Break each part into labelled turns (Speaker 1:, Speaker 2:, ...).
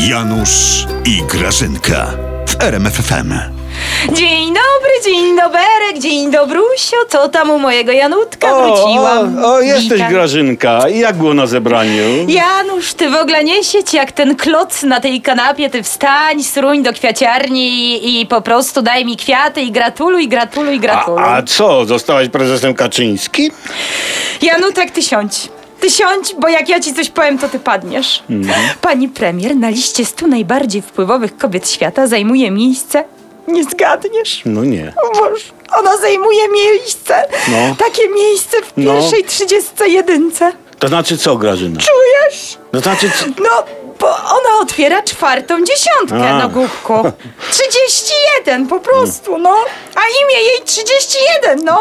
Speaker 1: Janusz i Grażynka w RMFFM.
Speaker 2: Dzień dobry, dzień doberek, dzień dobrusio, co tam u mojego Janutka? Wróciłam.
Speaker 3: O, o jesteś
Speaker 2: Witam.
Speaker 3: Grażynka. I jak było na zebraniu?
Speaker 2: Janusz, ty w ogóle nie sieć jak ten kloc na tej kanapie, ty wstań, sruń do kwiaciarni i, i po prostu daj mi kwiaty i gratuluj, gratuluj,
Speaker 3: A,
Speaker 2: gratuluj.
Speaker 3: a co, zostałaś prezesem Kaczyński?
Speaker 2: Janutek, ty siądź. Ty siądź, bo jak ja ci coś powiem, to ty padniesz.
Speaker 3: Mhm.
Speaker 2: Pani premier na liście 100 najbardziej wpływowych kobiet świata zajmuje miejsce. Nie zgadniesz.
Speaker 3: No nie.
Speaker 2: O Boże, ona zajmuje miejsce.
Speaker 3: No.
Speaker 2: Takie miejsce w
Speaker 3: No.
Speaker 2: pierwszej trzydziestce jedynce.
Speaker 3: To znaczy co, Grażyna?
Speaker 2: Czujesz?
Speaker 3: To znaczy co?
Speaker 2: No, bo ona otwiera czwartą dziesiątkę,
Speaker 3: A.
Speaker 2: no głupku. 31 po prostu, no. A imię jej 31, no.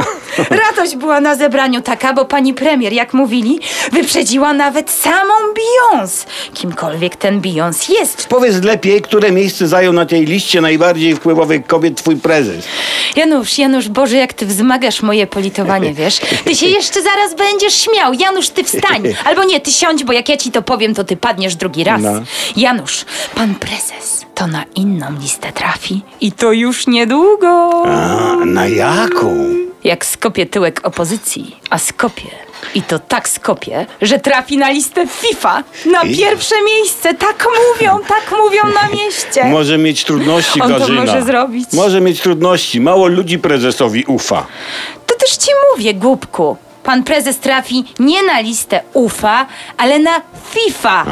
Speaker 2: Radość była na zebraniu taka, bo pani premier, jak mówili, wyprzedziła nawet samą Beyoncé. Kimkolwiek ten Beyoncé jest.
Speaker 3: Powiedz lepiej, które miejsce zajął na tej liście najbardziej wpływowych kobiet twój prezes.
Speaker 2: Janusz, Janusz, Boże, jak ty wzmagasz moje politowanie, wiesz? Ty się jeszcze zaraz będziesz śmiał. Janusz, ty wstań. Albo nie, ty siądź, bo jak ja ci to powiem, to ty padniesz drugi raz.
Speaker 3: No.
Speaker 2: Janusz, pan prezes to na inną listę trafi i to już niedługo.
Speaker 3: A, na jaką?
Speaker 2: Jak skopie tyłek opozycji, a skopie... I to tak skopie, że trafi na listę FIFA. Na
Speaker 3: I-
Speaker 2: pierwsze miejsce. Tak mówią, tak mówią na mieście.
Speaker 3: Może mieć trudności,
Speaker 2: On to
Speaker 3: Grażyna.
Speaker 2: może zrobić.
Speaker 3: Może mieć trudności. Mało ludzi prezesowi ufa.
Speaker 2: To też ci mówię, głupku. Pan prezes trafi nie na listę UFA, ale na FIFA.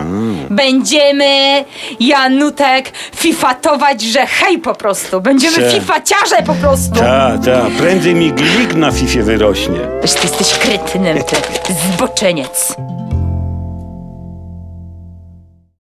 Speaker 2: Będziemy, Janutek, fifatować, że hej po prostu. Będziemy
Speaker 3: Cze.
Speaker 2: fifaciarze po prostu.
Speaker 3: Ta, ta. Prędzej mi glik na fifie wyrośnie.
Speaker 2: Wiesz, Ty jesteś kretynem, ty zboczeniec.